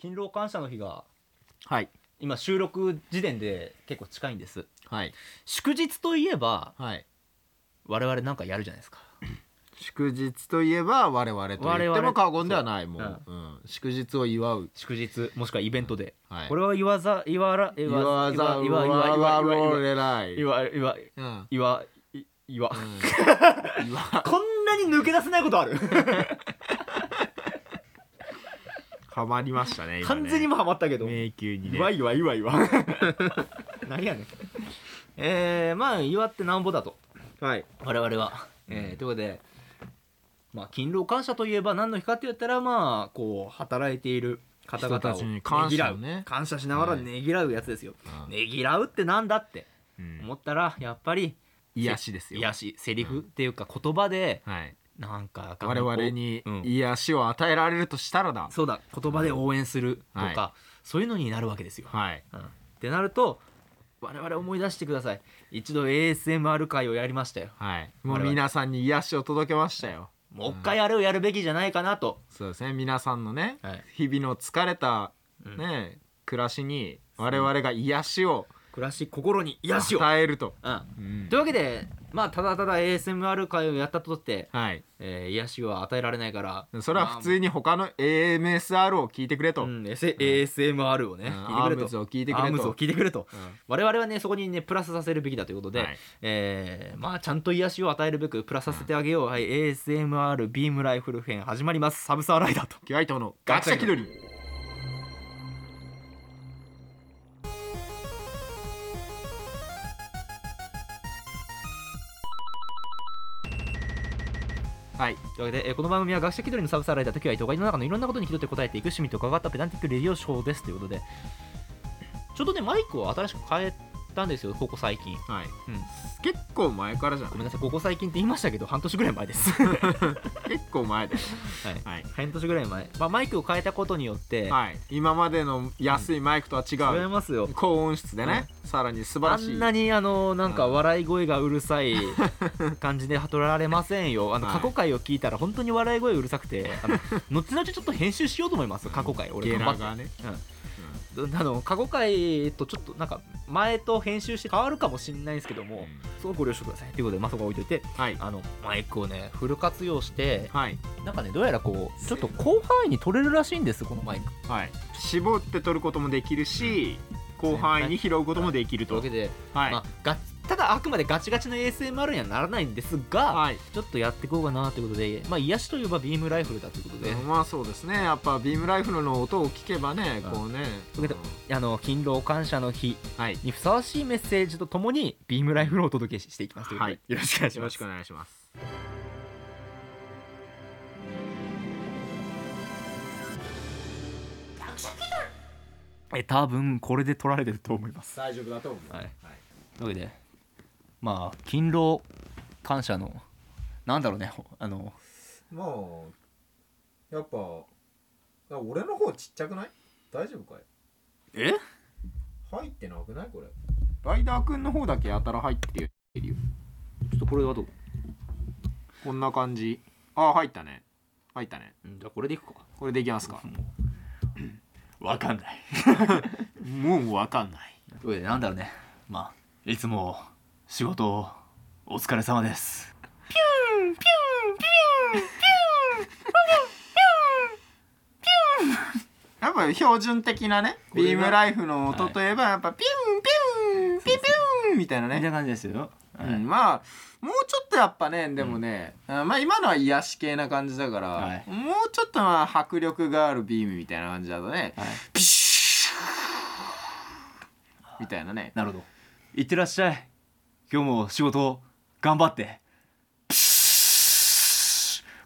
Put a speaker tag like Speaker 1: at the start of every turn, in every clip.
Speaker 1: 勤労感謝の日が
Speaker 2: はい
Speaker 1: 今収録時点で結構近いんです
Speaker 2: はい
Speaker 1: 祝日といえば
Speaker 2: はい
Speaker 1: 我々なんかやるじゃないですか
Speaker 2: 祝日といえば我々と言っても過言ではないもう、うん、祝日を祝う
Speaker 1: 祝日もしくはイベントで、
Speaker 2: はい
Speaker 1: これは言わざ言わら言
Speaker 2: 言わざ
Speaker 1: 言わ
Speaker 2: わ
Speaker 1: 言わ言わ
Speaker 2: わ
Speaker 1: 言わ
Speaker 2: れない
Speaker 1: 言わ言わ
Speaker 2: うん
Speaker 1: 言わ言わ
Speaker 2: 言わ
Speaker 1: こんなに抜け出せないことある
Speaker 2: はまりましたね今ね
Speaker 1: 完全にもハマったけど
Speaker 2: 迷宮にね
Speaker 1: いわいわいわいわ 何やねんえー、まあ祝ってなんぼだと
Speaker 2: はい
Speaker 1: 我々は、えーということでまあ勤労感謝といえば何の日かって言ったらまあこう働いている方々
Speaker 2: 人
Speaker 1: を
Speaker 2: たち
Speaker 1: ね
Speaker 2: に
Speaker 1: ぎ
Speaker 2: 感
Speaker 1: ら
Speaker 2: 謝
Speaker 1: う
Speaker 2: をね
Speaker 1: 感謝しながら
Speaker 2: はい
Speaker 1: ねぎらうやつですよ、
Speaker 2: うん
Speaker 1: ねぎらうってなんだって
Speaker 2: うん
Speaker 1: 思ったらやっぱり
Speaker 2: 癒しですよ
Speaker 1: 癒しセリフっていうか言葉で
Speaker 2: はい
Speaker 1: なんか
Speaker 2: 我々に
Speaker 1: うん
Speaker 2: 癒しを与えられるとしたらだ
Speaker 1: そうだ言葉で応援するとか、
Speaker 2: は
Speaker 1: そういうのになるわけですよ、
Speaker 2: はい
Speaker 1: うんってなると我々思い出してください一度 ASMR 会をやりましたよ
Speaker 2: はいも
Speaker 1: 我
Speaker 2: う
Speaker 1: 々
Speaker 2: 皆さんに癒しを届けましたよ
Speaker 1: もう一回あれをやるべきじゃないかなと、
Speaker 2: そうですね皆さんのね
Speaker 1: はい
Speaker 2: 日々の疲れた
Speaker 1: うん
Speaker 2: ね暮らしに我々が癒しを
Speaker 1: 暮らし心に癒しを、
Speaker 2: 与えると
Speaker 1: うん、
Speaker 2: うん
Speaker 1: というわけでまあただただ ASMR 会をやったとって、
Speaker 2: はい
Speaker 1: えー癒しは与えられないから
Speaker 2: それは普通に他の AMSR を聞いてくれ
Speaker 1: まあ
Speaker 2: と、
Speaker 1: うん S- ASMR をね、
Speaker 2: うん
Speaker 1: 聞いてくれと
Speaker 2: アーム
Speaker 1: アーム
Speaker 2: ズを聞いてくれと
Speaker 1: ズを聞いてくれと
Speaker 2: うん
Speaker 1: 我々はねそこにねプラスさせるべきだということで、
Speaker 2: はい
Speaker 1: えーまあちゃんと癒しを与えるべくプラスさせてあげよう、はい ASMR ビームライフル編始まりますサブサーライダーと
Speaker 2: キワイトのガチャ気取りはい
Speaker 1: というわけで、えーこの番組は学者気取りのサブサーライダー時は都会の中のいろんなことに気取って答えていく趣味と伺ったペダンティックレディオショーですということでちょっとねマイクを新しく変えたんですよここ最近
Speaker 2: はい、
Speaker 1: うん
Speaker 2: 結構前からじゃ
Speaker 1: ご
Speaker 2: な
Speaker 1: めんなさいここ最近って言いましたけど半年ぐらい前です はい
Speaker 2: い結構前だよはい、
Speaker 1: 半年ぐらい前、まあ、マイクを変えたことによって、
Speaker 2: はい、今までの安いマイクとは違、
Speaker 1: 違いうますよ
Speaker 2: 高音質でね、さらに素晴
Speaker 1: あ
Speaker 2: らしい
Speaker 1: んなにあのなんか
Speaker 2: うん
Speaker 1: 笑い声がうる さい感じではとられませんよあの
Speaker 2: はい
Speaker 1: 過去回を聞いたら本当に笑い声うるさくてあの後々ちょっと編集しようと思います過去回俺
Speaker 2: ゲ
Speaker 1: 頑張
Speaker 2: ラ
Speaker 1: って
Speaker 2: がね、
Speaker 1: うんあの過去回とちょっとなんか前と編集して変わるかもしれないんですけども、すごくご了承くださいということでまあそこは置いといて
Speaker 2: はい
Speaker 1: あのマイクをねフル活用して
Speaker 2: はい
Speaker 1: なんかねどうやらこうちょっと広範囲に取れるらしいんですこのマイク
Speaker 2: はい絞って取ることもできるし、広範囲に拾うこともできる
Speaker 1: という
Speaker 2: と
Speaker 1: わけで、
Speaker 2: はい、
Speaker 1: まあ、がただあくまでガチガチの ASMR にはならないんですが、
Speaker 2: はい
Speaker 1: ちょっとやっていこうかなということで、まあ、癒しといえばビームライフルだということで、
Speaker 2: まあそうですねやっぱビームライフルの音を聞けばね
Speaker 1: うん
Speaker 2: こうね、
Speaker 1: だけどあの勤労感謝の日
Speaker 2: はい
Speaker 1: にふさわしいメッセージとともにビームライフルをお届けしていきますということで、
Speaker 2: はい
Speaker 1: よろしくお願いし
Speaker 2: よ
Speaker 1: ま
Speaker 2: ろ
Speaker 1: す
Speaker 2: しくお願いします
Speaker 1: え多分これで取られてると思います
Speaker 2: 大丈夫だと思う
Speaker 1: はいというわけでまあ勤労感謝のなんだろうねほあの
Speaker 2: まあやっぱ俺の方ちっちゃくない大丈夫かい
Speaker 1: え
Speaker 2: 入ってなくないこれライダーくんの方だけやたら入ってるよ
Speaker 1: ちょっとこれはどう
Speaker 2: こんな感じあ入ったね入ったね
Speaker 1: じゃあこれでいくか
Speaker 2: これでいきますか
Speaker 1: わかんない
Speaker 2: もうわかんない
Speaker 1: ということでなんだろうねまあいつも仕事お疲れ様です
Speaker 2: やっぱ標準的なね
Speaker 1: これが
Speaker 2: ビームライフの音といえばやっぱピュンピュンピュンピュンみたいな
Speaker 1: み
Speaker 2: ね
Speaker 1: たいな感じですよ、はい
Speaker 2: うん、まあもうちょっとやっぱねでもね、あまあ今のは癒し系な感じだから、
Speaker 1: はい
Speaker 2: もうちょっとまあ迫力があるビームみたいな感じだとね、
Speaker 1: はい
Speaker 2: ピシューみたいなね
Speaker 1: なるほどいってらっしゃい今日も仕事頑張って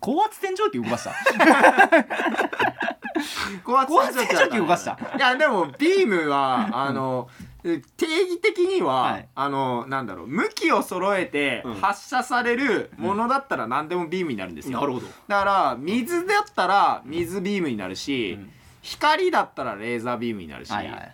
Speaker 1: 高圧洗浄機動かした
Speaker 2: 高圧
Speaker 1: 高圧洗浄機動かした
Speaker 2: いやでもビー ムはあの定義的には、
Speaker 1: はい
Speaker 2: あのなんだろう向きを揃えて
Speaker 1: うん
Speaker 2: 発射されるものだったら何でもビームになるんですよ、
Speaker 1: ほど
Speaker 2: だから水だったら水ビームになるし、
Speaker 1: うん
Speaker 2: 光だったらレーザービームになるし、
Speaker 1: はいはい
Speaker 2: うん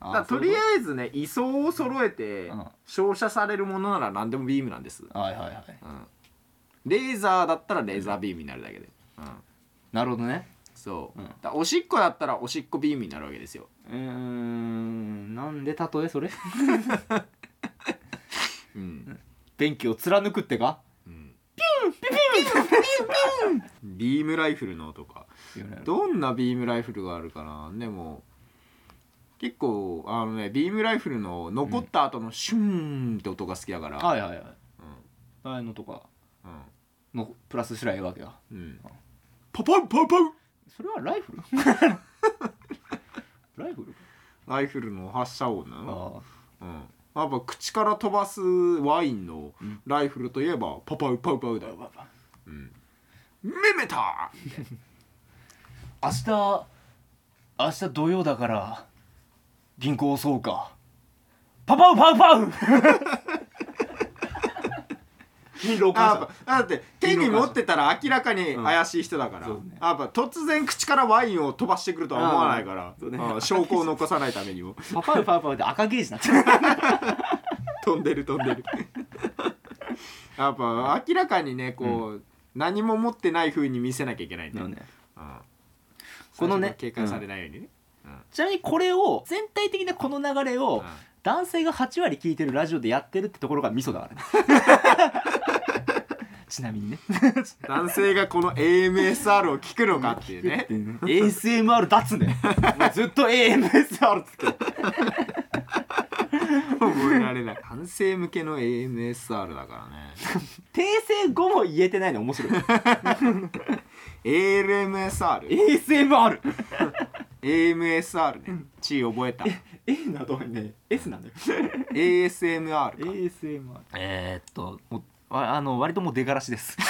Speaker 1: あー
Speaker 2: だからとりあえずね位相を揃えて
Speaker 1: うん
Speaker 2: 照射されるものなら何でもビームなんです、
Speaker 1: はいはいはい
Speaker 2: うんレーザーだったらレーザービームになるだけで、うん
Speaker 1: なるほどね
Speaker 2: そう、
Speaker 1: うん
Speaker 2: だからおしっこだったらおしっこビームになるわけですよ
Speaker 1: うーんなんで例えそれ
Speaker 2: うん、
Speaker 1: 便器を貫くってか
Speaker 2: うん、ビームライフルの音かどんなビームライフルがあるかなでも結構あのねビームライフルの残った後のシューンって音が好きだから、
Speaker 1: はいはいはい
Speaker 2: うん
Speaker 1: ああいうのとか
Speaker 2: うん
Speaker 1: のプラスしらいいわけだ
Speaker 2: うんパパンパパン
Speaker 1: それはライ フルライフル
Speaker 2: ライフルの発射音なの
Speaker 1: あ
Speaker 2: うんやっぱ口から飛ばすワインの
Speaker 1: うん
Speaker 2: ライフルといえばパパウパウパウだよ、
Speaker 1: あ
Speaker 2: うん、めめた
Speaker 1: 明日明日土曜だから銀行を襲うかパパウパウパ ウ人狼
Speaker 2: あやっぱだって手に持ってたら明らかに怪しい人だから、
Speaker 1: うんそうね
Speaker 2: やっぱ突然口からワインを飛ばしてくるとは思わないから
Speaker 1: あーそうね
Speaker 2: あー証拠を残さないためにも
Speaker 1: パパウパウパウって赤ゲージになっちゃう
Speaker 2: 飛んでる飛んでるやっぱ明らかにねこう、何も持ってない風に見せなきゃいけないんだよね、うん
Speaker 1: このね
Speaker 2: 最初から警戒されないようにね、
Speaker 1: ちなみにこれを全体的なこの流れ
Speaker 2: うん
Speaker 1: を男性が8割聞いてるラジオでやってるってところがミソだからね ちなみにね
Speaker 2: 男性がこの AMSR を聞くのかっていうね
Speaker 1: ASMR 脱ねもう ずっと AMSR つって
Speaker 2: 覚えられない男性向けの AMSR だからね
Speaker 1: 訂正後も言えてないの面白い
Speaker 2: ALMSR
Speaker 1: ASMR
Speaker 2: AMSR ね地位覚えた
Speaker 1: A などね S なんだよ
Speaker 2: ASMR か
Speaker 1: ASMR えー、っともうわあの割ともう出がらしです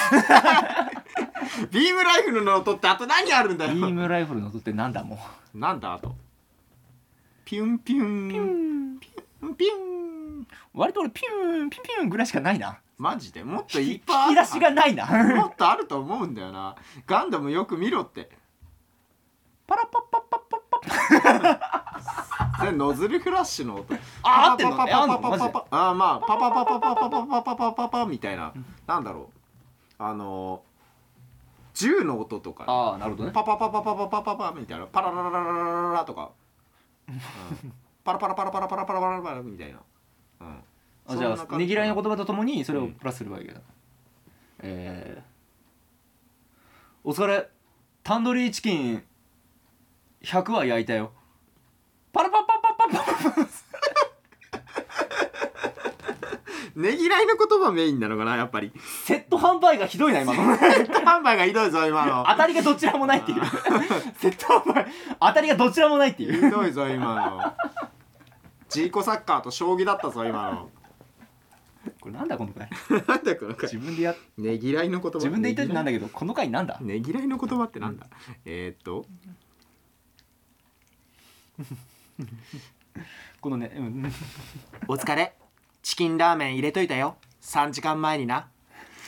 Speaker 2: ビームライフルの音ってあと何あるんだ
Speaker 1: ビ
Speaker 2: よ
Speaker 1: ームライフルの音ってなんだも
Speaker 2: なんだあとピュンピュンピュ
Speaker 1: ん
Speaker 2: ンピュン
Speaker 1: 割と俺ピュンピュンピュンぐらいしかないな
Speaker 2: マジでもっとい
Speaker 1: 引
Speaker 2: っぱ
Speaker 1: き
Speaker 2: いあ
Speaker 1: 出しが
Speaker 2: る
Speaker 1: ない
Speaker 2: も
Speaker 1: な
Speaker 2: っとあると思うんだよなガンダムよく見ろって
Speaker 1: パラパッパッパッパッパッ
Speaker 2: それノズルフラッシュの音
Speaker 1: あ合ってんの
Speaker 2: パパパ
Speaker 1: え
Speaker 2: パ
Speaker 1: あんのマジ
Speaker 2: パパ
Speaker 1: で
Speaker 2: パあーまあパパパパパパパパパパパパみたいななんだろうあのー銃の音とかね
Speaker 1: ああなるほどね
Speaker 2: パパパパパパパパパみたいなパララララララララとか、うんパラパラパラパラパラパラパラパラみたいな、うん、
Speaker 1: あじゃ
Speaker 2: そんな
Speaker 1: あ
Speaker 2: 感
Speaker 1: ねぎらいの言葉とともにそれ
Speaker 2: う
Speaker 1: を
Speaker 2: ん
Speaker 1: プラスすればいいけど、えー、お疲れタンドリーチキン100は焼いたよパラパパパパパパ
Speaker 2: ねぎらいの言葉メインなのかなやっぱり
Speaker 1: セット販売がひどいな今 の
Speaker 2: ハンバーがひどいぞ今の
Speaker 1: 当たりがどちらもないっていう セット販売当たりがどちらもないっていう
Speaker 2: ひどいぞ今のジーコサッカーと将棋だったぞ今の
Speaker 1: これなんだこの回
Speaker 2: なんだこの
Speaker 1: 自分でや
Speaker 2: ねぎらいの言葉
Speaker 1: 自分で言っといてなん
Speaker 2: だ
Speaker 1: だけどこの回なんだ
Speaker 2: ねぎらいの言葉ってなんだ、えー、っと
Speaker 1: このね、うん、
Speaker 2: お疲れチキンラーメン入れといたよ3時間前にな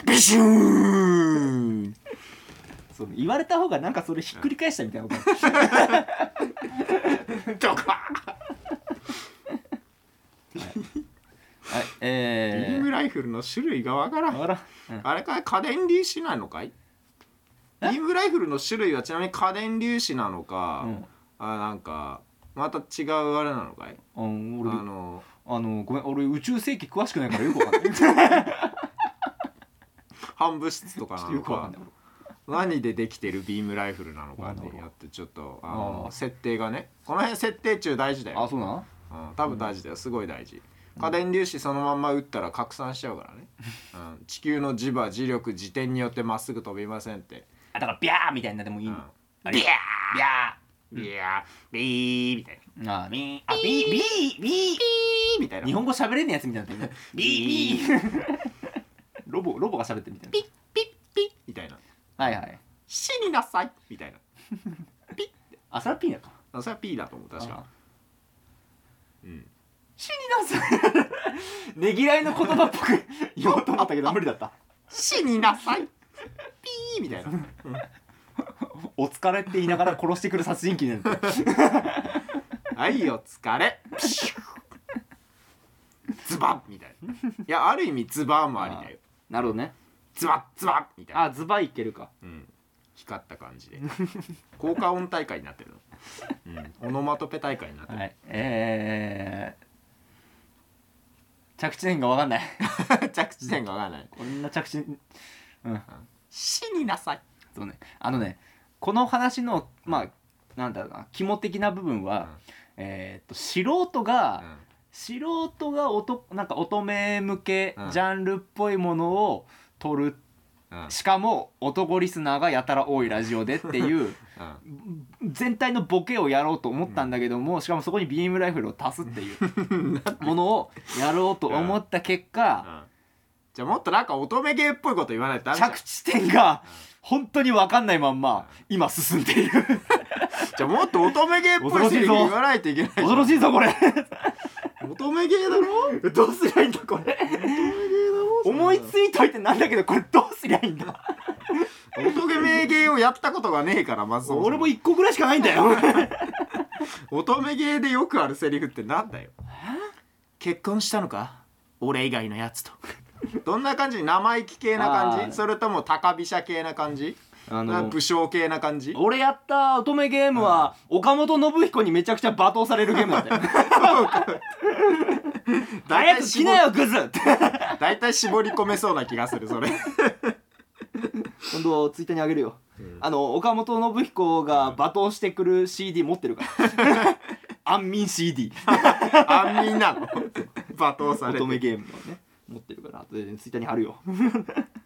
Speaker 2: ビシューン
Speaker 1: そう言われた方がなんかそれひっくり返したみたいなこと
Speaker 2: ドカーン
Speaker 1: はいえ
Speaker 2: ビームライフルの種類がわからん
Speaker 1: あら、うん
Speaker 2: あれかい家電粒子なのかいビームライフルの種類はちなみに家電粒子なのか、
Speaker 1: うん
Speaker 2: あなんかまた違うあれなのかい
Speaker 1: あの
Speaker 2: あ
Speaker 1: 俺
Speaker 2: の
Speaker 1: あのごめん俺宇宙世紀詳しくないから よくわかんない
Speaker 2: 半物質とかな
Speaker 1: よ
Speaker 2: の
Speaker 1: くわかん
Speaker 2: か
Speaker 1: ない
Speaker 2: 何でできてるビームライフルなのかっ
Speaker 1: なるほ
Speaker 2: て
Speaker 1: ど
Speaker 2: やってちょっとあの
Speaker 1: あー
Speaker 2: 設定がねこの辺設定中大事だ
Speaker 1: あ
Speaker 2: よ、
Speaker 1: そうなの
Speaker 2: うん、多分大事だよすごい大事家電粒子そのまんま打ったら拡散しちゃうからね、うん、地球の磁場磁力自転によってまっすぐ飛びませんって、
Speaker 1: あだからビャーみたいなでもいい
Speaker 2: うん
Speaker 1: の、あれビャービャ
Speaker 2: いやービーみたいな
Speaker 1: ーあビーあビービービー
Speaker 2: ビーみたいな
Speaker 1: 日本語喋れんねえやつみたいになってるねビービー ロボロボが喋ってるみたいな
Speaker 2: ピッピッピッみたいな
Speaker 1: はいはい
Speaker 2: 死になさいみたいな
Speaker 1: あそれはピーナか
Speaker 2: あそれは P だと思う確か
Speaker 1: あ
Speaker 2: うん
Speaker 1: 死になさい ねぎらいの言葉っぽく 言おうと思ったけど無理だった
Speaker 2: 死になさいピーみたいな
Speaker 1: お疲れって言いながら殺してくる殺人鬼になる
Speaker 2: はいお疲れピシューズバッみたいないやある意味ズバーもありだよ
Speaker 1: なるほどね
Speaker 2: ズバッズバッみたいな
Speaker 1: あズバいけるか
Speaker 2: うん比光った感じで効果音大会になってるの、うん、オノマトペ大会になってる、
Speaker 1: はい、えー、着地点が分かんない
Speaker 2: 着地点がわからない
Speaker 1: こんな着地うん
Speaker 2: 死になさい、
Speaker 1: そうねあのねこの話のまあなんだろうな肝的な部分は、えーっと素人が、
Speaker 2: うん
Speaker 1: 素人がおとなんか乙女向け
Speaker 2: うん
Speaker 1: ジャンルっぽいものを撮る、
Speaker 2: うん
Speaker 1: しかも男リスナーがやたら多いラジオでっていう
Speaker 2: うん
Speaker 1: 全体のボケをやろうと思ったんだけどもしかもそこにビームライフルを足すって いう ものをやろうと思った結果
Speaker 2: じゃあもっとなんか乙女芸っぽいこと言わないとダメじゃん
Speaker 1: 着地点が本当に分かんないまんま今進んでいる
Speaker 2: じゃあもっと乙女芸っぽいセリフ言わないといけない
Speaker 1: 恐ろしいぞこれ
Speaker 2: 乙女芸だろ
Speaker 1: どうすりゃいいんだこれ思いついといてなんだけどこれどうすりゃいいんだ
Speaker 2: 乙女芸をやったことがねえからまずそそ
Speaker 1: 俺も1個ぐらいしかないんだ よ
Speaker 2: 乙女芸でよくあるセリフってなんだよ結婚したのか俺以外のやつと どんな感じ生意気系な
Speaker 1: あ
Speaker 2: 感
Speaker 1: ー
Speaker 2: じそれとも高飛車系な感じ
Speaker 1: あ
Speaker 2: なんか
Speaker 1: の
Speaker 2: 武将系な感じ
Speaker 1: 俺やった乙女ゲームは、岡本信彦にめちゃくちゃ罵倒されるゲームだった よ
Speaker 2: 大
Speaker 1: 早
Speaker 2: 体
Speaker 1: く
Speaker 2: 絞
Speaker 1: 来なよグズって
Speaker 2: 大体絞り込めそうな気がするそれ
Speaker 1: 今度ツイッターにあげるよ、あの岡本信彦が罵倒してくる CD 持ってるから 安眠 CD
Speaker 2: 安眠なの罵倒され
Speaker 1: 乙女
Speaker 2: て
Speaker 1: ゲームのね持ってるから後でツイッターに貼るよ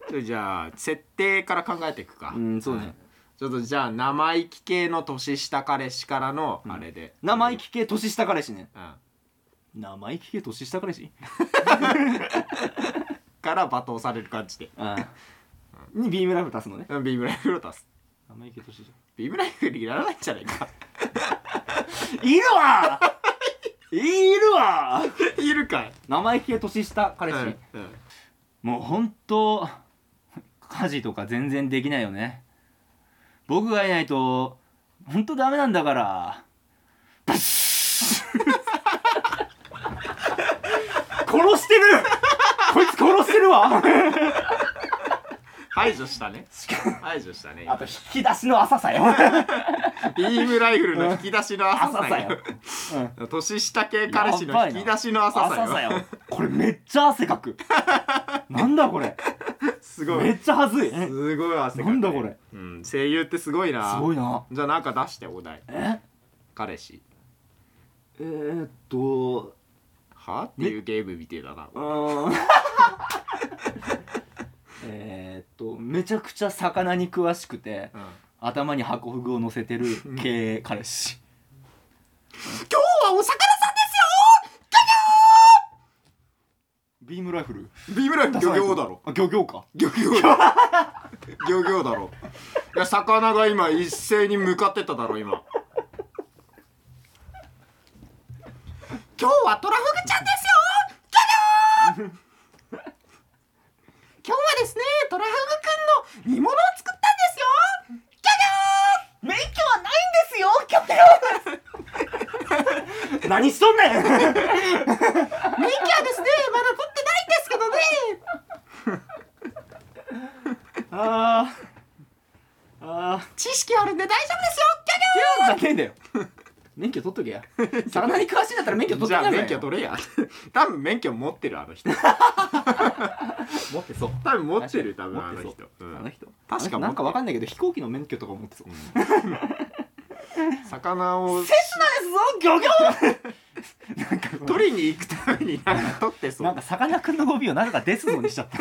Speaker 2: ちょじゃあ設定から考えていくか
Speaker 1: うんそうね
Speaker 2: ちょっとじゃあ生意気系の年下彼氏からのあれで、
Speaker 1: 生意気系年下彼氏ね
Speaker 2: うん、
Speaker 1: 生意気系年下彼氏
Speaker 2: から罵倒される感じで
Speaker 1: にビームライフル足すのね
Speaker 2: うんビームライフルを足す
Speaker 1: 生意気年下
Speaker 2: ビームライフルいらないんじゃない か
Speaker 1: いるわ いるわ
Speaker 2: いるかい、
Speaker 1: 生意気系年下
Speaker 2: う
Speaker 1: 彼
Speaker 2: ん
Speaker 1: 氏、
Speaker 2: うん
Speaker 1: もう本当家事とか全然できないよね僕がいないと本当ダメなんだ からブス殺してるこいつ殺してるわ
Speaker 2: 排除したね排除したね
Speaker 1: あと引き出しの浅さよ
Speaker 2: ビームライフルの引き出しの浅
Speaker 1: 浅
Speaker 2: さ
Speaker 1: さ
Speaker 2: よ
Speaker 1: よ、うん、
Speaker 2: 年下系彼氏の引き出しの浅さよ
Speaker 1: 浅さよ これめっちゃ汗かくなんだこれ
Speaker 2: すご
Speaker 1: め
Speaker 2: い
Speaker 1: っちゃはずいす
Speaker 2: すごい汗かくね
Speaker 1: なんだこれ、
Speaker 2: うん、声優ってすごいな
Speaker 1: ごいな
Speaker 2: じゃあなんか出してお題
Speaker 1: え
Speaker 2: 彼氏
Speaker 1: えー、っと
Speaker 2: はっていうゲームみてえだな
Speaker 1: うーん えーっとめちゃくちゃ魚に詳しくて
Speaker 2: うん
Speaker 1: 頭にハコフグを乗せてる系彼氏
Speaker 2: 今日はお魚さんです
Speaker 1: ビームライフル
Speaker 2: ビームライフ漁業だろ
Speaker 1: あ漁業か
Speaker 2: 漁業 漁業だろいや魚が今一斉に向かってっただろ今今日はトラフグちゃんですよギャギャー今日はですねトラフグくんの煮物を作ったんですよ
Speaker 1: 免許はないんですよ漁業何しとんねん
Speaker 2: 免許はですねまだ取ってないんですけどね
Speaker 1: あーあ
Speaker 2: 知識あるんで大丈夫ですよギャギ
Speaker 1: ーじゃ
Speaker 2: ャー
Speaker 1: ねえんだよ免許取っとけ や魚に詳しいんだったら免許取っ
Speaker 2: じ
Speaker 1: と
Speaker 2: ゃ
Speaker 1: けや
Speaker 2: あ免許取れや多分免許持ってるあの人
Speaker 1: 持ってそう
Speaker 2: 多分持ってる多分あの
Speaker 1: 持っ
Speaker 2: 人
Speaker 1: てそう
Speaker 2: う
Speaker 1: あ
Speaker 2: ん
Speaker 1: の人
Speaker 2: か持ってる
Speaker 1: なんかわかんないけど飛行機の免許とか持ってそう
Speaker 2: 魚を
Speaker 1: ですぞ漁業
Speaker 2: 取りに行くためになんか取ってそう
Speaker 1: なんかさかなクンのゴミをなぜかデスゾにしちゃった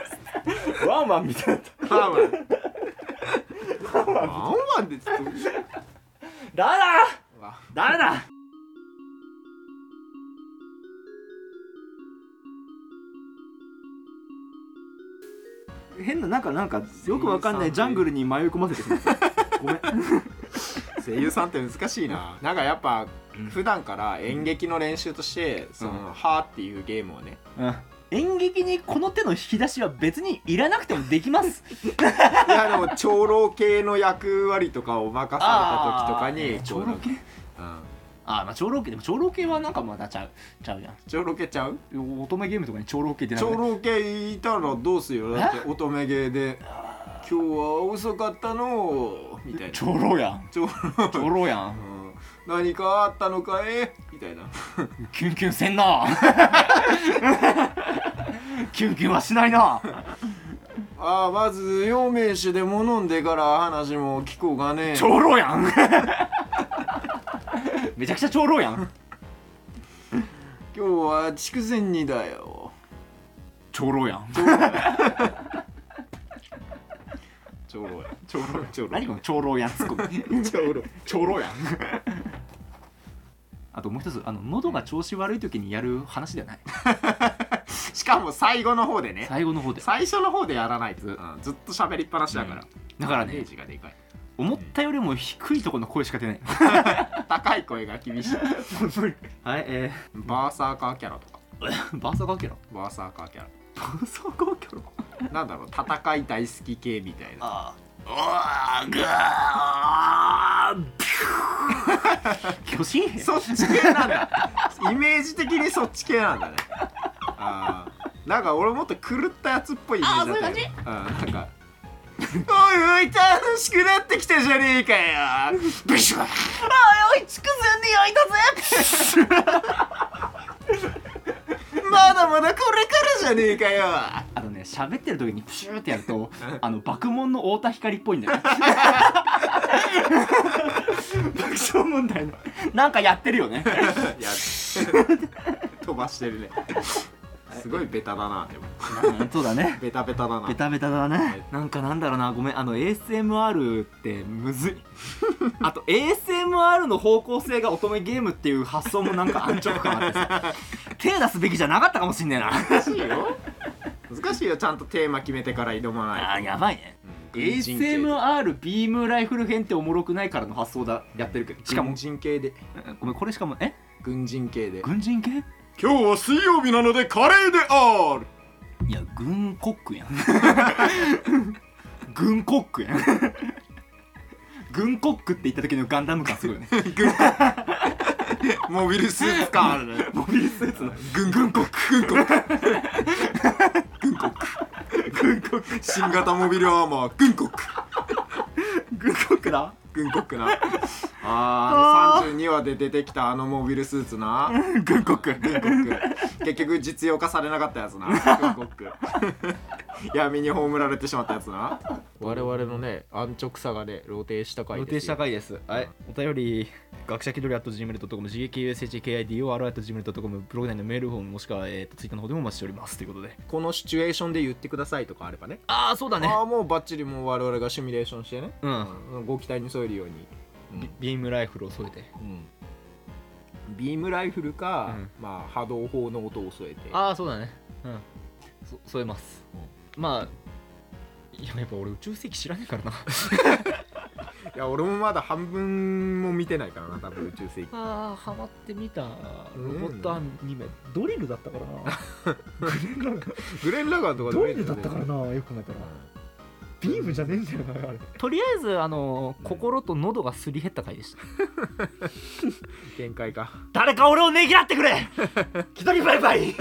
Speaker 1: ワンワンみたいな
Speaker 2: ワンワンワンワンでちょっと
Speaker 1: ダメ
Speaker 2: わ
Speaker 1: だダメだ変ななんかなんかよくわかんないジャングルに迷い込ませてしま ったごめん
Speaker 2: 声優さんって難しいななんかやっぱ普段から演劇の練習としてその
Speaker 1: うん
Speaker 2: 「は」っていうゲームをね
Speaker 1: 演劇にこの手の引き出しは別にいらなくてもでき ます
Speaker 2: いやでも長老系の役割とかを任された時とかに
Speaker 1: 長
Speaker 2: こう
Speaker 1: 老系
Speaker 2: うん
Speaker 1: あーまあ長老系でも長老系はなんかまだちゃうちゃうじゃん
Speaker 2: 長老系ちゃう
Speaker 1: 乙女ゲームとかに長老系ってなんか
Speaker 2: 長老系いたらどうするよだって乙女芸で今日は遅かったのみたいな
Speaker 1: ちょろやん
Speaker 2: ちょ
Speaker 1: ちょろやん
Speaker 2: うん何かあったのかいみたいな
Speaker 1: キュンキュンせんな キュンキュンはしないな
Speaker 2: ああまず陽明酒でも飲んでから話も聞こうがね
Speaker 1: 長老やん めちゃくちゃ長老やん
Speaker 2: 今日は筑前煮だよ
Speaker 1: 長老やん
Speaker 2: ちょろやちょろやちょろ
Speaker 1: 何この長老やんツッコミ
Speaker 2: ちょろ
Speaker 1: 長老やんあともう一つあの喉が調子悪い時にやる話じゃない
Speaker 2: しかも最後の方でね
Speaker 1: 最後の方で
Speaker 2: 最初の方でやらないと、うんずっと喋りっぱなしだから、
Speaker 1: うんだからね
Speaker 2: ダメージがでかい
Speaker 1: 思ったよりも低いところの声しか出ない
Speaker 2: 高い声が厳しい
Speaker 1: はいえ
Speaker 2: バーサーカーキャラとか
Speaker 1: ー、 バーサーカーキャラ
Speaker 2: バーサーカーキャラ
Speaker 1: バーサーカーキャラ
Speaker 2: なんだろう戦い大好き系みたいな
Speaker 1: ああうわーぐーピュー 巨神兵
Speaker 2: そっち系なんだイメージ的にそっち系なんだねあーなんか俺もっと狂ったやつっぽいイメージだったようん、なんかおいおい楽しくなってきたじゃねえかよブシュワ
Speaker 1: おいおい筑前に焼いたぜ
Speaker 2: まだまだこれからじゃねえかよ
Speaker 1: あのね喋ってる時にプシューってやるとあの爆問の太田光っぽいん だよ爆笑問題のなんかやってるよね
Speaker 2: いや飛ばしてるねすごいベタだなでも
Speaker 1: そうだね
Speaker 2: ベタベタだな
Speaker 1: ベタベタだねなんかなんだろうなごめんあの ASMR ってむずい あと ASMR の方向性が乙女ゲームっていう発想もなんか安直感あってさ手出すべきじゃなかったかもしんねえな
Speaker 2: 難しいよ難しいよちゃんとテーマ決めてから挑ま
Speaker 1: あ
Speaker 2: な
Speaker 1: ー
Speaker 2: い
Speaker 1: やばいね
Speaker 2: と、うん軍人系
Speaker 1: ASMR ビームライフル編っておもろくないからの発想だやってるけどしかも
Speaker 2: 軍人系で
Speaker 1: ごめんこれしかもえ
Speaker 2: 軍人系で
Speaker 1: 軍人系
Speaker 2: 今日は水曜日なのでカレーである
Speaker 1: いや軍コックやん 軍コックやん 軍コックって言った時のガンダム感すごいよね
Speaker 2: モビルスーツ感あるね
Speaker 1: モビルスーツの
Speaker 2: 軍軍国軍国
Speaker 1: 軍コック
Speaker 2: 新型モビルアーマー軍国
Speaker 1: 軍コックだ
Speaker 2: 軍国なあーあの32話で出てきたあのモビルスーツな
Speaker 1: 軍コック
Speaker 2: 軍国結局実用化されなかったやつな軍国闇に葬られてしまったやつな我々のね安直さがね露呈した回
Speaker 3: 予定したいです。はい、お便り、学者気取り at gmail.com、gkushkidor at gmail.com、ブログ内のメールフォーム、もしくは、えー、とツイッターの方でもお待ちしております。ということで。
Speaker 2: このシチュエーションで言ってくださいとかあればね
Speaker 3: ああ、そうだね。
Speaker 2: ああもうバッチリもう我々がシミュレーションしてね
Speaker 3: うん。
Speaker 2: ご期待に添えるように、
Speaker 3: ビビームライフルを添えて。
Speaker 2: うんビームライフルか、まあ波動砲の音を添えて
Speaker 3: ああ、そうだね。うん。そ添えます。まあ、いや、やっぱ俺宇宙世紀知らねえからな。
Speaker 2: いや俺もまだ半分も見てないからな多分宇宙世紀
Speaker 3: ああ、ハマってみた。ロボットアニメ、ドリルだったから な。グレンラガン
Speaker 2: グレン・ラガンとかでもいいんだよね
Speaker 3: な、よく考えたら
Speaker 2: ビームじ
Speaker 3: ゃねえんだよな、あれ。とりあえず、あの、心と喉がすり減った回でした。
Speaker 2: 限界か
Speaker 1: 誰か俺をねぎらってくれ気取りバイバイ